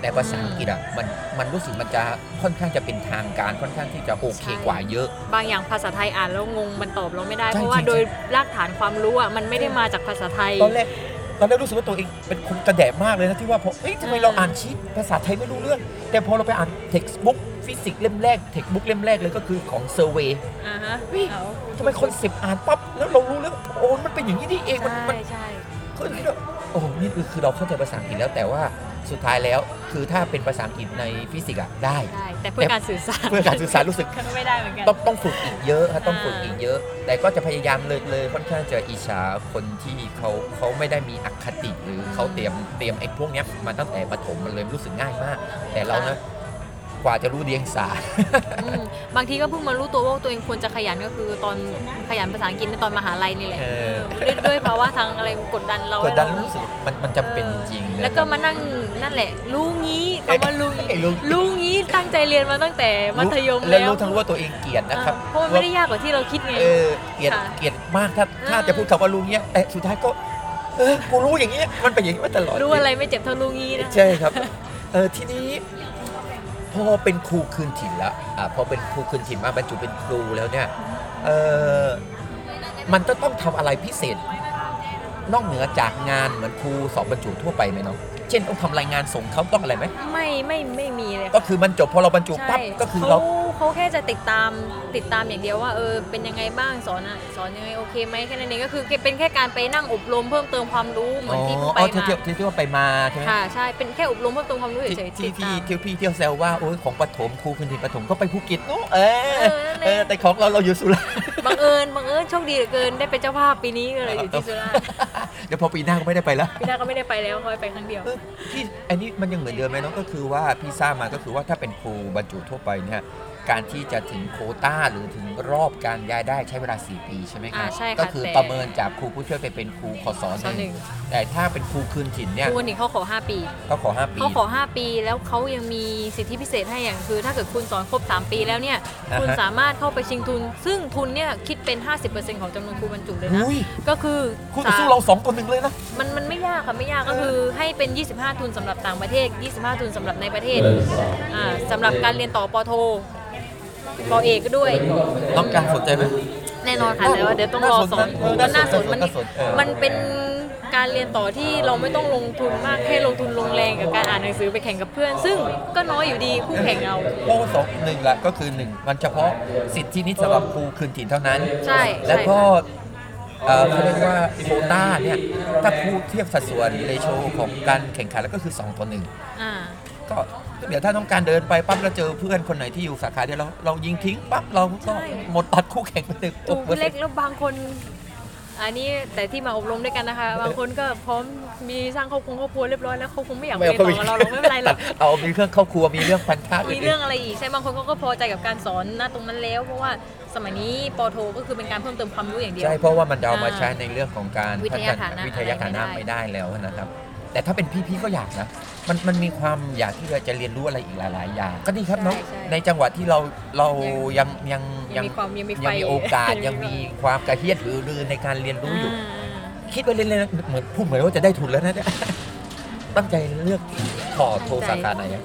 Speaker 1: แต่ภาษาอังกฤษอ่ะมันมันรู้สึกมันจะค่อนข้างจะเป็นทางการค่อนข้างที่จะโอเคกว่าเยอะ
Speaker 2: บางอย่างภาษาไทยอ่านแล้วงงมันตอบเราไม่ได้
Speaker 1: ใช่
Speaker 2: เพราะว่า
Speaker 1: จริงๆ
Speaker 2: โดยรากฐานความรู้อ่ะมันไม่ได้มาจากภาษาไทย
Speaker 1: ตอนแรกตอนแรกรู้สึกว่าตัวเองเป็นคนกระแดะมากเลยนะที่ว่าพอเอ้ยทำไม
Speaker 2: เออ
Speaker 1: เราอ่านชีตภาษาไทยไม่รู้เรื่อง แต่พอเราไปอ่านเท็กซ์บุ๊กฟิสิกส์เล่มแรกเท็กซ์บุ๊กเล่มแรกเลยก็คือของเซอร์เวย
Speaker 2: อ่าฮะ
Speaker 1: เฮ้ย
Speaker 2: เอา
Speaker 1: ทำไมคนสิบอ่านปั๊บแล้วเรารู้เรื่องโอ้มันเป็นอย่างนี้นี่เองมัน
Speaker 2: ใช่
Speaker 1: มัน
Speaker 2: ใช่
Speaker 1: ก็เลยคิดว่าโอ้โหนี่คือคือเราเข้าใจภาษาอังกฤษแล้วแต่ว่าสุดท้ายแล้วคือถ้าเป็นภาษาอังกฤษในฟิสิกส์อะได้
Speaker 2: ใช่แต่เพื่อการสื่อสาร
Speaker 1: เพื่อการสื่อสารรู้สึก
Speaker 2: ก็ไม่ได้เหมือนกัน
Speaker 1: ต้องต้องฝึกอีกเยอะฮะต้องฝึก
Speaker 2: อ่า
Speaker 1: อีกเยอะ แต่ก็จะพยายามเลยเลยค่อนข้างจะอิจฉาคนที่เขาเขาไม่ได้มีอคติหรือเขาเตรียมเตรียมไอ้พวกเนี้ยมาตั้งแต่ประถมมันเลยรู้สึกง่ายมาก แต่เรานะกว่าจะรู้เดียงสา
Speaker 2: อืมบางทีก็เพิ่งมารู้ตัวว่าตัวเองควรจะขยันก็คือตอนขยันภาษาอังกฤษในตอนมหาลัยนี่แหละ
Speaker 1: เออ
Speaker 2: เออด้วยด้วยภาวะทางอะไรกดดันเรา
Speaker 1: กดดัน
Speaker 2: ให้เรา
Speaker 1: รู้สึกมันมันจำเป็นจริงๆนะ
Speaker 2: แล้วก็มานั่งนั่นแหละ รู้งี้คำว่ารู้งี้
Speaker 1: ไอ้รู้
Speaker 2: รู้งี้ตั้งใจเรียนมาตั้งแต่มัธยม
Speaker 1: และ
Speaker 2: แล้ว
Speaker 1: รู้ทั้งว่าตัวเองเกลียดนะครับ
Speaker 2: เออเพราะมันไม่ได้ยากกว่าที่เราคิดไง
Speaker 1: เออเกลียด
Speaker 2: ค่ะ
Speaker 1: เกลียดมากถ้าถ้า
Speaker 2: เออ
Speaker 1: จะพูดคำว่ารู้เนี้ยแต่สุดท้ายก็ เออกูรู้อย่างเงี้ยมันเป็นอย่างนี้มาตลอด
Speaker 2: รู้อะไรไม่เจ็บเท่ารู้งี้นะ
Speaker 1: ใช่ครับเออทีนี้พอเป็นครูคืนถิ่นแล้วอ่าพอเป็นครูคืนถิ่นมาบรรจุเป็นครูแล้วเนี่ยเออมันจะต้องทำอะไรพิเศษ นอกเหนือจากงานเหมือนครูสอบบรรจุทั่วไปไหมน้องเช่นต้องทำรายงานส่งเขาต้องอะไรไหม
Speaker 2: ไม่ไม่ไม่มีเลยค่ะ
Speaker 1: ก็คือมันจบพอเราบรรจุปั๊บ
Speaker 2: ใช่
Speaker 1: ก็คือ
Speaker 2: เขา
Speaker 1: เรา
Speaker 2: เขาแค่จะติดตามติดตามอย่างเดียวว่าเออเป็นยังไงบ้างสอนอะสอนยังไงโอเคไหมแค่นั้นเองก็คือเป็นแค่การไปนั่งอบรมเพิ่มเติมความรู้เหมือนที่เพิ่งไป
Speaker 1: อ๋อเที่ยว
Speaker 2: มา
Speaker 1: เที่ยวเที่ยวไปมาใช่ไหม
Speaker 2: ค่ะใช่เป็นแค่อบรมเพิ่มเติมความรู้
Speaker 1: ที่
Speaker 2: เฉยๆ
Speaker 1: ที่
Speaker 2: ติด
Speaker 1: ที่
Speaker 2: ตาม
Speaker 1: เที่ยวพี่เที่ยวแซวว่าโอ้ยของปฐมครูคืนถิ่นปฐมก็ไปภูเก็ตโอ้เออ
Speaker 2: เออนั่นแหละ
Speaker 1: เออแต่ของเราเราอยู่สุราษฎร์
Speaker 2: บังเอิญบังเอิญโชคดีเหลือเกินได้เป็นเจ้าภาพปีนี้ก็เลยอยู่ที่สุราษฎร์
Speaker 1: เดี๋ยวพอปีหน้าก็ไม่ได้ไปแล้ว
Speaker 2: ปีหน้าก็ไม่ได้ไปแล้วคอยไปครั้งเดียว
Speaker 1: เออพี่อันนี้มันยังเหมือนเดิมไหมน้องก็คือว่าพี่ทราบมาก็คือว่าถ้าเป็นครูบรรจุทั่วไปเนี่ย การที่จะถึงโควต้าหรือถึงรอบการย้ายได้ใช้เวลา 4 ปีใช่ไหมครับ
Speaker 2: อ่าใช่ค่ะ
Speaker 1: ก็คือ
Speaker 2: แต่
Speaker 1: ประเมินจากครูผู้ช่วยไปเป็นครูขอสอน
Speaker 2: ตอนหนึ่ง
Speaker 1: แต่ถ้าเป็นครูคืนถิ่น
Speaker 2: ค
Speaker 1: เนี่ย
Speaker 2: รูคนถิ่นเขาขอ 5 ปี
Speaker 1: ก็ขอ 5 ปี
Speaker 2: เขาขอ 5 ปีแล้วเขายังมีสิทธิพิเศษให้อย่างคือ ถ้าเกิดคุณสอนครบ 3 ปีแล้วเนี่ย
Speaker 1: อ่าฮะ
Speaker 2: คุณสามารถเข้าไปชิงทุน ซึ่งทุนเนี่ยคิดเป็น 50%ของจำนวนครูบรรจุเลยนะ
Speaker 1: อุ้ย
Speaker 2: ก็คือ
Speaker 1: คู่ต่อสู้เราสองคนหนึ่งเลยนะ
Speaker 2: มันมันไม่ยากค่ะ ไม่ยากก็คือให้เป็น 25 ทุนสำหรับต่างประเทศ 25 ทุนสำหรับในประเทศอ่าสำหรับการเรียนต่อปอโทปอเอกก็ด้วย
Speaker 1: ต้องการสนใจไหม
Speaker 2: แน่นอนค่ะแต่ว่าเดี๋ยวต้องรอสอน
Speaker 1: เออ
Speaker 2: มั
Speaker 1: น่านสนเออ
Speaker 2: น่าสนมัน
Speaker 1: น่าสนเออ
Speaker 2: มันเป็นการเรียนต่อที่เราไม่ต้องลงทุนมากแค่ลงทุนลงแรงกับการอ่านหนังสือไปแข่งกับเพื่อน ซึ่งก็น้อยอยู่ดีคู่แข่งเรา
Speaker 1: โค้สองหนึ่งละก็คือหนึ่งมันเฉพาะสิทธินี้สำหรับครูคืนถิ่นเท่านั้น
Speaker 2: ใช่ใช่
Speaker 1: แล้วก็เอ่อเขาเรียกว่าโควต้าเนี่ยถ้าครูเทียบสัดส่วนเลโชของการแข่งขันแล้วก็คือ 2 ต่อหนึ่ง
Speaker 2: อ่า
Speaker 1: ก็เดี๋ยวถ้าต้องการเดินไปปั๊บแล้วเจอเพื่อนคนไหนที่อยู่สาขาเดียวเราเรายิงทิ้งปั๊บเราก็
Speaker 2: ใช่
Speaker 1: หมดตัดคู่แข่งไปหนึ่ง
Speaker 2: ถูก
Speaker 1: ปอร์ซ็
Speaker 2: เล็
Speaker 1: น
Speaker 2: ก
Speaker 1: ต์
Speaker 2: แล้วบางคน อันนี้แต่ที่มาอบรมด้วยกันนะคะ บางคนก็พร้อมมีสร้างครอบครัวครอบครัวเรียบร้อยแล้วเขาคงไม่อยากไปเรียนต่อกับเราหรอกไม่เป็นไรหรอก
Speaker 1: เอามีเรื่องครอบครัวมีเรื่องพันธะ
Speaker 2: มีเรื่องอะไรอีกใช่บางคนเขาก็พอใจกับการสอนนะตรงนั้นแล้ว เพราะว่าสมัยนี้ปอโทก็คือเป็นการเพิ่มเติมความรู้อย่างเดียว
Speaker 1: ใช่เพราะว่ามันจะเอามา
Speaker 2: อ่า
Speaker 1: ใช้ในเรื่องของการ
Speaker 2: วิทยาฐานะ
Speaker 1: วิทยาฐานะ
Speaker 2: อะไรไม่ได้
Speaker 1: ไม่ได้แล้วนะครับ แต่ถ้าเป็นพี่ๆก็อยากนะมันมันมีความอยากที่เราจะเรียนรู้อะไรอีกหลาย ๆ อย่าง ก็ดีครับเนาะในจังหวะที่เราเรายังยัง
Speaker 2: ยังมีความยังมีไฟ
Speaker 1: ยังมีโอกา
Speaker 2: [laughs]
Speaker 1: สยังมี
Speaker 2: ไฟ
Speaker 1: ความกระเฮียดหือรือในการเรียนรู้อยู่
Speaker 2: า
Speaker 1: คิดไปเล่นๆนะเหมือนพูดเหมือนว่าจะได้ทุนแล้วนะเนี่ย ตั้งใจเลือกขอโทรสาขาไหนอะ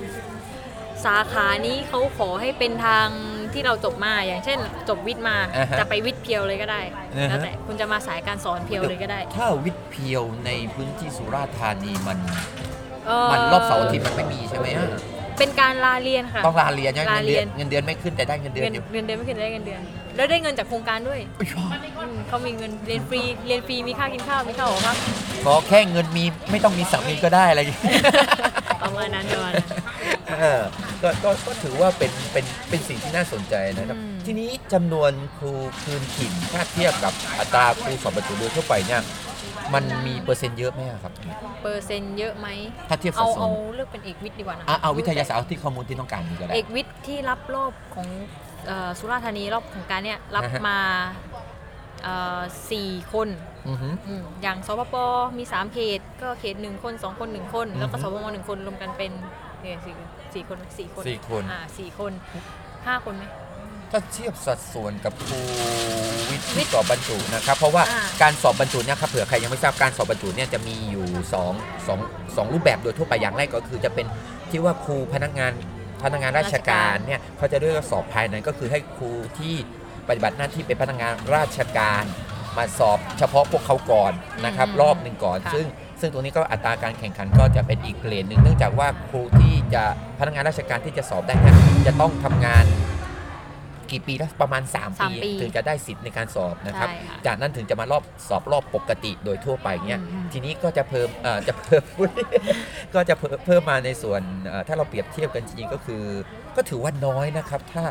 Speaker 2: สาขานี้เขาขอให้เป็นทางที่เราจบมาอย่างเช่น จบวิทย์มา
Speaker 1: อ่าฮะ
Speaker 2: จะไปวิทย์เพียวเลยก็ได้แล้วแต่คุณจะมาสายการสอนเพียวเลยก็ได้
Speaker 1: ถ้าวิทย์เพียวในพื้นที่สุราษฎร์ธานีมัน
Speaker 2: เ
Speaker 1: มันรอบเสาร์อาทิตย์มันไม่มีใช่ไหมอะ
Speaker 2: เป็นการลาเรียนค่ะ
Speaker 1: ต้องลาเรียนใช่ไหม
Speaker 2: ลาเรี
Speaker 1: เงินเดือน น
Speaker 2: ย
Speaker 1: เงินเดือนไม่ขึ้นแต่ได้เงินเดือ
Speaker 2: เงิ
Speaker 1: น
Speaker 2: น
Speaker 1: อยู่
Speaker 2: เงินเดือนไม่ขึ้นได้เงินเดือน แล้วได้เงินจากโครงการด้วย
Speaker 1: อุ๊ย
Speaker 2: อืมเขามีเงินเรียนฟรีเรียนฟรีมีค่ากินข้าวมีค่าหอพัก
Speaker 1: ขอแค่เงินมีไม่ต้องมีสามีก็ได้อะไรอย่างเงี้ย
Speaker 2: ประมาณนั้นประมาณนั้น
Speaker 1: เออก็ก็ก็ถือว่าเป็นเป็นเป็นสิ่งที่น่าสนใจนะครับ
Speaker 2: อืม
Speaker 1: ทีนี้จำนวนครูคืนถิ่นถ้าเทียบกับอัตราครูสอบประจุโดยทั่วไปเนี่ยมันมีเปอร์เซ็นต์เยอะไหมอะครับ
Speaker 2: เปอร์เซ็นต์เยอะไหม
Speaker 1: ถ้าเทียบสั
Speaker 2: เอา
Speaker 1: ดส่ว
Speaker 2: เอา
Speaker 1: น
Speaker 2: เลือกเป็นเอกวิทย์ดีกว่านะ
Speaker 1: อ่ะเอาวิทยาศาสตร์ที่ข้อมูลที่ต้องการดีก็ได้
Speaker 2: เอกวิทย์ที่รับรอบของเอ่อสุราษฎร์ธานีรอบของการเนี่ยรับ
Speaker 1: อ่าฮะ
Speaker 2: มาเอ่อสี่คน
Speaker 1: อือหือ
Speaker 2: อืมอย่างสปปมี 3 เขต ก็เขต 1 คน 2 คน 1 คน แล้วก็
Speaker 1: อือ
Speaker 2: ส
Speaker 1: ฮึ
Speaker 2: วม1 คนรวมกันเป็นเนี่ยสี่สี่คนสี่คน
Speaker 1: สี่คน
Speaker 2: อ่าสี่คนห้าคนไหม
Speaker 1: ถ้าเทียบสัดส่วนกับครูวิทย์
Speaker 2: วิ
Speaker 1: ที่
Speaker 2: ทย์
Speaker 1: สอบบรรจุนะครับ เพราะว่า
Speaker 2: อ่า
Speaker 1: การสอบบรรจุเนี่ยครับเผื่อใครยังไม่ทราบการสอบบรรจุเนี่ยจะมีอยู่สองสองสองรูปแบบโดยทั่วไปอย่างแรกก็คือจะเป็นที่ว่าครูพนักงานพนักงานราชการเนี่ยเขาจะเรียกว่าสอบภายในก็คือให้ครูที่ปฏิบัติหน้าที่เป็นพนักงานราชการ มาสอบเฉพาะพวกเขาก่อนนะครับ
Speaker 2: อืม
Speaker 1: รอบหนึ่งก่อน
Speaker 2: ค่ะ
Speaker 1: ซึ่งซึ่งตรงนี้ก็อัตราการแข่งขันก็จะเป็นอีกเกรดหนึ่งเนื่องจากว่าครูที่จะพนักงานราชการที่จะสอบได้เนี่ยจะต้องทำงาน กี่ปีแล้วประมาณ 3
Speaker 2: สาม
Speaker 1: ปี
Speaker 2: ปี
Speaker 1: ถึงจะได้สิทธิ์ในการสอบนะครับ
Speaker 2: ใช่ค่ะ
Speaker 1: จากนั้นถึงจะมารอบสอบรอบปกติโดยทั่วไปเนี่ย
Speaker 2: อืม
Speaker 1: ทีนี้ก็จะเพิ่มเอ่อจะเพิ่ม [laughs] ก็จะเพิ่มเพิ่มมาในส่วนเอ่อถ้าเราเปรียบเทียบกันจริงๆก็คือ ก็ถือว่าน้อยนะครับ ถ้า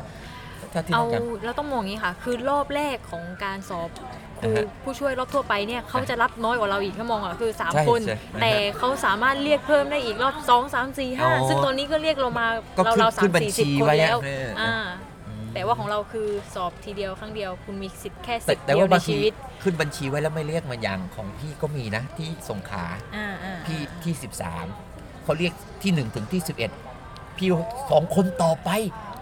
Speaker 1: ถ้าที่
Speaker 2: เอา
Speaker 1: ต้องการ
Speaker 2: เราต้องมองอย่างนี้ค่ะ คือรอบแรกของการสอบครู
Speaker 1: อ่าฮะ
Speaker 2: ผู้ช่วยรอบทั่วไปเนี่ยเขาจะรับน้อยกว่าเราอีกถ้ามองอ่ะคือ
Speaker 1: ใช่
Speaker 2: 3 คน
Speaker 1: ใช่อ่าฮะ
Speaker 2: แต่เขาสามารถเรียกเพิ่มได้อีกรอบ 2 3 4
Speaker 1: อ๋อ
Speaker 2: 5 ซึ่งตอนนี้ก็เรียกเรามา
Speaker 1: ก็
Speaker 2: เรา
Speaker 1: ขึ้นขึ้น
Speaker 2: เราสาม
Speaker 1: บัญ
Speaker 2: สี่
Speaker 1: ชี
Speaker 2: สิบคน
Speaker 1: ไว้อะ
Speaker 2: แล้ว
Speaker 1: เอออ่
Speaker 2: อ่าแต่ว่าของเราคือสอบทีเดียวครั้งเดียว คุณมีสิทธิ์แค่
Speaker 1: แต่
Speaker 2: สิทธิ์
Speaker 1: แต่
Speaker 2: เดีย
Speaker 1: ว่าว
Speaker 2: ใน
Speaker 1: บางที
Speaker 2: ชีวิต
Speaker 1: ขึ้นบัญชีไว้แล้วไม่เรียกมันอย่างของพี่ก็มีนะที่สงขลา
Speaker 2: อ่าอ่า
Speaker 1: พี่ที่ 13 เขาเรียกที่ 1 ถึงที่ 11 พี่สองคนต่อไป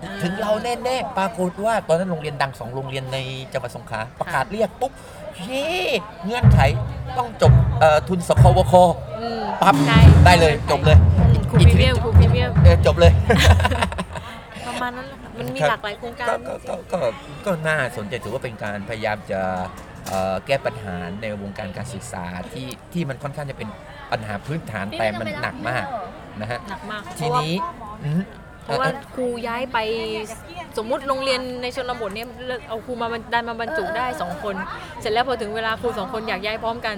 Speaker 2: อ่า
Speaker 1: ถึงเราแน่ๆ ปรากฏว่าตอนนั้นโรงเรียนดัง 2 โรงเรียนในจังหวัดสงขลาประกาศเรียกปุ๊บเย้เงื่อนไขต้องจบเอ่อทุนสควค
Speaker 2: อืม
Speaker 1: ปั๊บ
Speaker 2: ใช่
Speaker 1: ได้เลยจบเลย
Speaker 2: ครูพรีเมียมครูพรีเมียม
Speaker 1: เออจบเลย
Speaker 2: [laughs] ประมาณนั้นแหละค่ะมันมี
Speaker 1: ครับ
Speaker 2: หลากหลายโครงการ
Speaker 1: ก็ก็ก็ก็ก็น่าสนใจถือว่าเป็นการพยายามจะเอ่อแก้ปัญหาในวงการการศึกษาที่ที่มันค่อนข้างจะเป็นปัญหาพื้นฐานแต่มันหนักมากนะฮะ
Speaker 2: หนักมาก
Speaker 1: ทีนี้อืม
Speaker 2: เพราะว่าเพราะว่า
Speaker 1: เอ่อ
Speaker 2: ครูย้ายไปสมมุติโรงเรียนในชนบทเนี่ยเลือกเอาครูมาบรรดันมาบรรจุได้สองคน เสร็จแล้วพอถึงเวลาครูสองคนอยากย้ายพร้อมกัน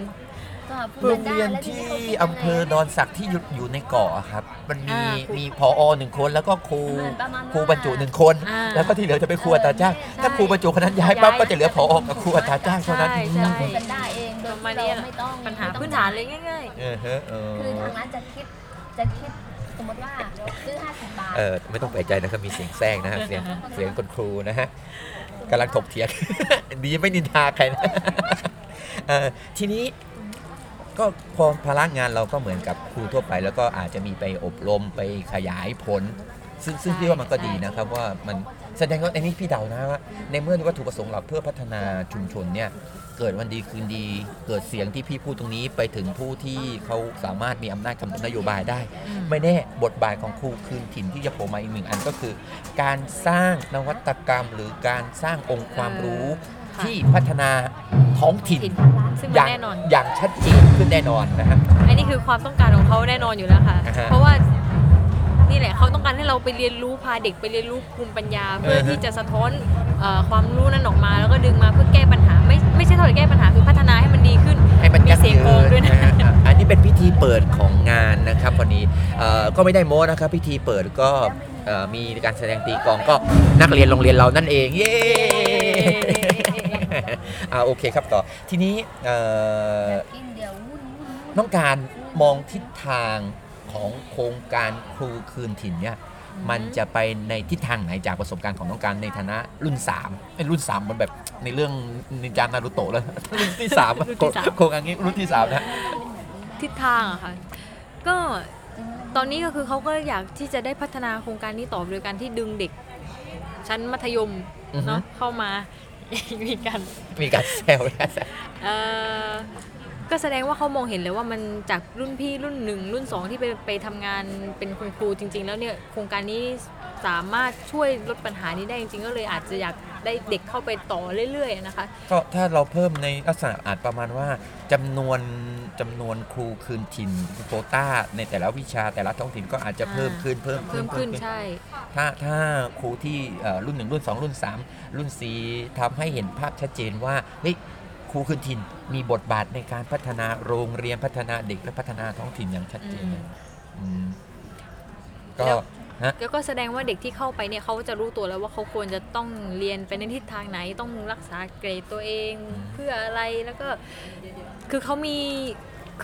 Speaker 1: โรงเรียนที่อำเภอดอนสักที่อยู่อยู่ในเกาะอะครับ มันมี
Speaker 2: อ่าครู
Speaker 1: มีพอหนึ่งคนแล้วก็ครู
Speaker 3: เหมือนประมาณว่า
Speaker 1: ครูบรรจุหนึ่งคน
Speaker 2: อ่า
Speaker 1: แล้วก็ที่เหลือจะไปนครูอัตราจ้าง
Speaker 3: ใช่
Speaker 1: ถ้าครูบรรจุคนนั้นย้ายปั๊บ
Speaker 2: ย้าย
Speaker 1: ก็จะเหลือพอกับครูอัตราจ้างเท่านั้น
Speaker 2: ใช่ใช่
Speaker 3: เป็นได้เองโด
Speaker 2: ประ
Speaker 3: ย
Speaker 2: มาณเนี้
Speaker 3: ที่เรา
Speaker 2: ยแหละ
Speaker 3: ไม่
Speaker 2: ปัญ
Speaker 3: ต้อง
Speaker 2: หา
Speaker 3: ไม่ต้อง
Speaker 2: พื้นฐานเลยง่าย
Speaker 1: เออฮะเออ
Speaker 3: คือทางร้านจะคิดจะคิด สมมติว่าซื้อ 50 บาท
Speaker 1: เออไม่ต้องแปลกใจนะครับมีเสียงแทรกนะฮะเสียงเสียงคนครูนะฮะกำลังถกเถียง [laughs] ดีไม่นินทาใครนะ [laughs] เออทีนี้ก็พอพลังงานเราก็เหมือนกับครูทั่วไป แล้วก็อาจจะมีไปอบรมไปขยายผล ซึ่งซึ่งพี่ว่ามันก็ดีนะครับว่ามันแสดงว่าอันนี้พี่เดานะว่าในเมื่อวัตถุประสงค์หลักเพื่อพัฒนาชุมชนเนี่ยเกิดวันดีคืนดี เกิดเสียงที่พี่พูดตรงนี้ไปถึงผู้ที่เขาสามารถมีอำนาจกำหนดนโยบายได้ ไม่แน่บทบาทของครูคืนถิ่นที่จะโผล่มาอีกหนึ่งอันก็คือ การสร้างนวัตกรรม หรือการสร้างองค์ความรู้
Speaker 2: ค่ะ
Speaker 1: ที่พัฒนาท้องถิ่น
Speaker 2: ถิ่นซึ่ง
Speaker 1: อ
Speaker 2: มัน
Speaker 1: ย่าง
Speaker 2: แน่นอน
Speaker 1: อย่างชัดเจนขึ้นแน่นอนนะครับ
Speaker 2: อันนี้คือความต้องการของเขาแน่นอนอยู่แล้วค่ะ
Speaker 1: อ่าฮะ
Speaker 2: เพราะว่านี่แหละเขาต้องการให้เราไปเรียนรู้พาเด็กไปเรียนรู้ภูมิปัญญา เพื่อ
Speaker 1: เออฮะ
Speaker 2: ที่จะสะท้อนเอ่อความรู้นั้นออกมา แล้วก็ดึงมาเพื่อแก้ปัญหา ไม่ไม่ใช่เท่าไหร่แก้ปัญหาคือพัฒนาให้มันดีขึ้น
Speaker 1: ให้มัน
Speaker 2: มี
Speaker 1: ยั่ง
Speaker 2: เสียง
Speaker 1: ยื
Speaker 2: โกงด้วย
Speaker 1: น
Speaker 2: นะ
Speaker 1: นะฮะอ่ะอันนี้เป็นพิธีเปิดของงานนะครับวันนี้เอ่อก็ไม่ได้โม้นะครับ พิธีเปิดก็เอ่อมีการแสดงตีกลองก็นักเรียนโรงเรียนเรานั่นเอง เย้ อ่าโอเคครับต่อทีนี้เอ่อ
Speaker 3: กินเดี๋ยววุ่นวุ่นวุ่น
Speaker 1: น้องการมองทิศทางของโครงการครูคืนถิ่นเนี่ยมันจะไปในทิศทางไหนจากประสบการณ์ของน้องการในฐานะรุ่น3เป็นรุ่น3มันแบบในเรื่องนินจานารุโตะแล้ว [laughs] รุ่นที่3าม
Speaker 2: รุ่นที่สาม
Speaker 1: โครงการนี้รุ่นที่3นะ
Speaker 2: ทิศทางอะค่ะ ก็ตอนนี้ก็คือเขาก็อยากที่จะได้พัฒนาโครงการนี้ต่อโดยการที่ดึงเด็ก ชั้นมัธยม
Speaker 1: อือฮึ
Speaker 2: เนาะเข้ามา [laughs] มีกัน
Speaker 1: มีการแซวนะ
Speaker 2: เอ่อก็แสดงว่าเขามองเห็นเลยว่ามันจากรุ่นพี่รุ่นหนึ่งรุ่นสองที่ไปไปทำงานเป็นคุณครูจริง ๆ แล้วเนี่ยโครงการนี้สามารถช่วยลดปัญหานี้ได้จริงๆ ก็เลยอาจจะอยากได้เด็กเข้าไปต่อเรื่อยๆนะคะ
Speaker 1: ก็ถ้าเราเพิ่มในลักษณะอาจประมาณว่าจำนวนจำนวนครูคืนถิ่นโควต้า ในแต่ละวิชาแต่ละท้องถิ่นก็อาจจะเพิ่มขึ้นเพิ่มขึ้
Speaker 2: เพิ่
Speaker 1: น
Speaker 2: ม
Speaker 1: เพิ่
Speaker 2: ขึ้
Speaker 1: ม
Speaker 2: น
Speaker 1: ขึ้น
Speaker 2: ใช่
Speaker 1: ถ้าถ้าครูที่เอ่อรุ่นหนึ่งรุ่นสองรุ่นสามรุ่นสี่ทำให้เห็นภาพชัดเจนว่าเฮ้ยครูคืนถิ่นมีบทบาทในการพัฒนาโรงเรียนพัฒนาเด็กและพัฒนาท้องถิ่นอย่างชัดเจน
Speaker 2: อืม
Speaker 1: อืมก็ฮะ
Speaker 2: แล้วก็แสดงว่าเด็กที่เข้าไปเนี่ยเขาจะรู้ตัวแล้วว่าเขาควรจะต้องเรียนไปในทิศทางไหนต้องรักษาเกรดตัวเอง
Speaker 1: อืม
Speaker 2: เพื่ออะไรแล้วก็คือเขามี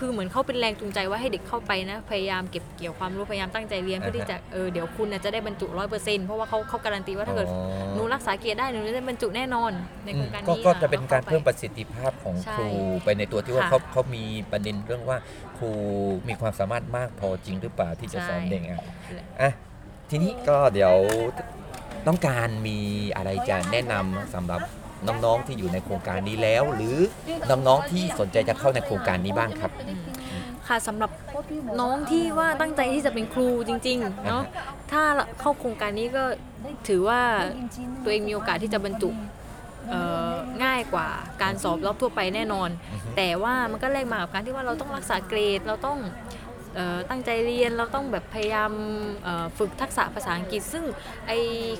Speaker 2: คือเหมือนเขาเป็นแรงจูงใจว่าให้เด็กเข้าไปนะพยายามเก็บเกี่ยวความรู้พยายามตั้งใจเรียนเพื่อที่จะเออเดี๋ยวคุณน่ะจะได้บรรจุร้อยเปอร์เซ็นต์เพราะว่าเขาเขาการันตีว่าถ้าเกิด
Speaker 1: อ๋อ
Speaker 2: หนูรักษาเกรดได้หนูจะได้บรรจุแน่นอนในโครงการ
Speaker 1: อืม
Speaker 2: นี้
Speaker 1: ก็
Speaker 2: ค่
Speaker 1: จะเป็นการ
Speaker 2: อ
Speaker 1: เพิ่มประสิทธิภาพของ
Speaker 2: ใช่
Speaker 1: ครูไปในตัวที่ว่า
Speaker 2: ค่ะ
Speaker 1: เขาเขามีประเด็นเรื่องว่า ครูมีความสามารถมากพอจริงหรือเปล่าที่จะสอน
Speaker 2: ใช่
Speaker 1: เด็กอ่ะ อ่ะทีนี้ก็เดี๋ยวต้องการมีอะไรจะแนะนำสำหรับน้องๆที่อยู่ในโครงการนี้แล้ว หรือน้องๆที่สนใจจะเข้าในโครงการนี้บ้างครับ
Speaker 2: ค่ะสำหรับ
Speaker 3: เพราะพี่บกว่า
Speaker 2: น้องที่ว่าตั้งใจที่จะเป็นครูจริงๆ เนาะถ้าเข้าโครงการนี้ก็ถือว่า ตัวเองมีโอกาสที่จะบรรจุ เอ่อง่ายกว่าการสอบรอบทั่วไปแน่นอน
Speaker 1: อือฮึ
Speaker 2: แต่ว่ามันก็แลกมากับการที่ว่าเราต้องรักษาเกรด เราต้องเอ่อตั้งใจเรียน เราต้องแบบพยายามเอ่อฝึกทักษะภาษาอังกฤษ ซึ่งไอ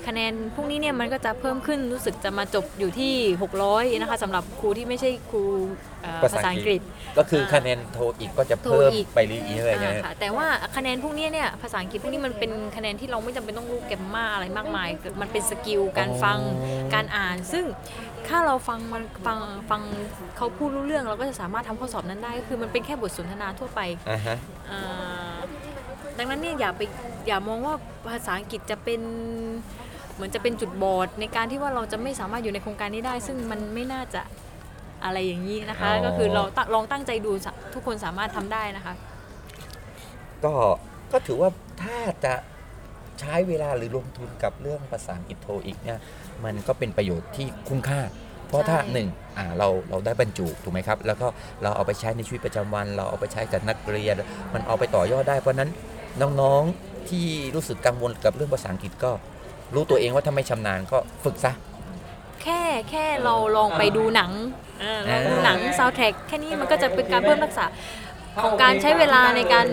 Speaker 2: คะแนนพวกนี้เนี่ยมันก็จะเพิ่มขึ้นรู้สึกจะมาจบอยู่ที่ 600นะคะสำหรับครูที่ไม่ใช่ครูเอ่อภาษาอังกฤษ
Speaker 1: ก็คือคะแนนโทอีกก็จะเพิ่มไปเรื่อยๆนะ
Speaker 2: อ่า
Speaker 1: ฮะ
Speaker 2: ค่ะแต่ว่าคะแนนพวกเนี้ยเนี่ยภาษาอังกฤษพวกนี้มันเป็นคะแนนที่เราไม่จำเป็นต้องรู้แกรมมาอะไรมากมาย มันเป็นสกิลการฟัง
Speaker 1: อ๋อ
Speaker 2: การอ่าน ซึ่งถ้าเราฟังมันฟังฟังเขาพูดรู้เรื่องเราก็จะสามารถทำข้อสอบนั้นได้ก็คือมันเป็นแค่บทสนทนาทั่วไป
Speaker 1: อ่าฮะ
Speaker 2: อ่าดังนั้นเนี่ยอย่าไปอย่ามองว่าภาษาอังกฤษจะเป็นเหมือนจะเป็นจุดบอดในการที่ว่าเราจะไม่สามารถอยู่ในโครงการนี้ได้ ซึ่งมันไม่น่าจะอะไรอย่างนี้นะคะ ก็คือเราตั้งลองตั้งใจดูสะทุกคนสามารถทำได้นะคะ
Speaker 1: ก็ก็ถือว่าถ้าจะใช้เวลาหรือลงทุนกับเรื่องภาษาอังกฤษโทอีกเนี่ยมันก็เป็นประโยชน์ที่คุ้มค่า เพราะถ้า
Speaker 2: ใช่
Speaker 1: หนึ่งอ่าเราเราได้บรรจุถูกไหมครับ แล้วก็เราเอาไปใช้ในชีวิตประจำวัน เราเอาไปใช้กับนักเรียน มันเอาไปต่อยอดได้เพราะฉะนั้นน้องๆที่รู้สึกกังวลกับเรื่องภาษาอังกฤษก็ รู้ตัวเองว่าถ้าไม่ชำนาญก็ฝึกซะ
Speaker 2: แค่แค่เราลองไปดูหนังเออลองดูหนังซาวแท็กแค่นี้มันก็จะเป็นการเพิ่มทักษะของการใช้เวลาในการ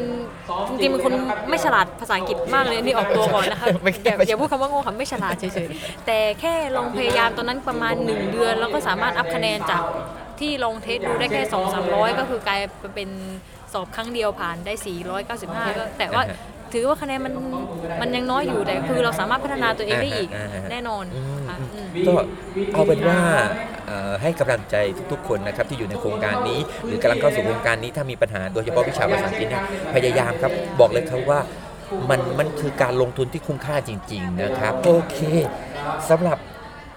Speaker 2: จริงๆเป็นคนไม่ฉลาดภาษาอังกฤษมากเลยนี่ออกตัวก่อนนะคะ
Speaker 1: ไม่ใช่
Speaker 2: อย่าอย่าพูดคำว่าโง่ค่ะไม่ฉลาดเฉยๆแต่แค่ลองพยายามตอนนั้นประมาณ 1 เดือน แล้วก็สามารถอัพคะแนนจากที่ลองเทสดูได้แค่2 3 0 0 ก็คือกลายเป็นสอบครั้งเดียวผ่านได้ 495ก็แต่ว่าถือว่าคะแนนมันมันยังน้อยอยู่แต่คือเราสามารถพัฒนาตัวเองได้อีกแน่นอนค่ะอืม
Speaker 1: ก็เอาเป็นว่าเอ่อให้กำลังใจทุกๆคนนะครับที่อยู่ในโครงการนี้ หรือกำลังเข้าสู่โครงการนี้ถ้ามีปัญหาโดยเฉพาะวิชาภาษาอังกฤษเนี่ยพยายามครับบอกเลยครับว่า มันมันคือการลงทุนที่คุ้มค่าจริง ๆ นะครับ โอเคสำหรับ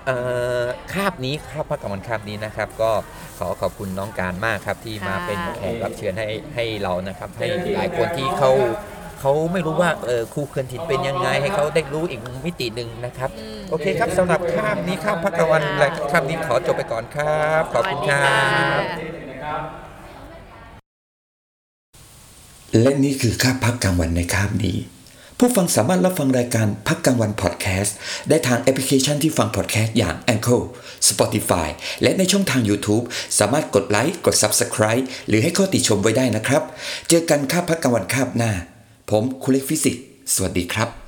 Speaker 1: เอ่อคาบนี้คาบพระกำมันคาบนี้นะครับ ก็ขอขอบคุณน้องการมากครับที่มาเป็น
Speaker 2: ค่ะ
Speaker 1: แขกรับเชิญให้ให้เรานะครับ ให้หลายคนที่เขาเขาไม่รู้ว่าเออครูเคลื่อนถิ่นเป็นยังไง ให้เขาได้รู้อีกมิติหนึ่งนะครับ
Speaker 2: อืม
Speaker 1: โอเคครับสำหรับข้ามนี้ข้ามพักกะวันและข้ามนี้ขอจบไปก่อนครับ ขอบคุณครับ
Speaker 4: และนี่คือค่าพักกลางวันในคาบนี้ ผู้ฟังสามารถรับฟังรายการพักกลางวันพอดแคสต์ได้ทางแอปพลิเคชันที่ฟังพอดแคสต์อย่าง a n c h o r Spotify และในช่องทาง YouTube สามารถกดไลค์กด Subscribe หรือให้ข้อติชมไว้ได้นะครับ เจอกันค่าพักกลางวันคาบหน้า ผมคุณเล็กฟิสิกส์สวัสดีครับ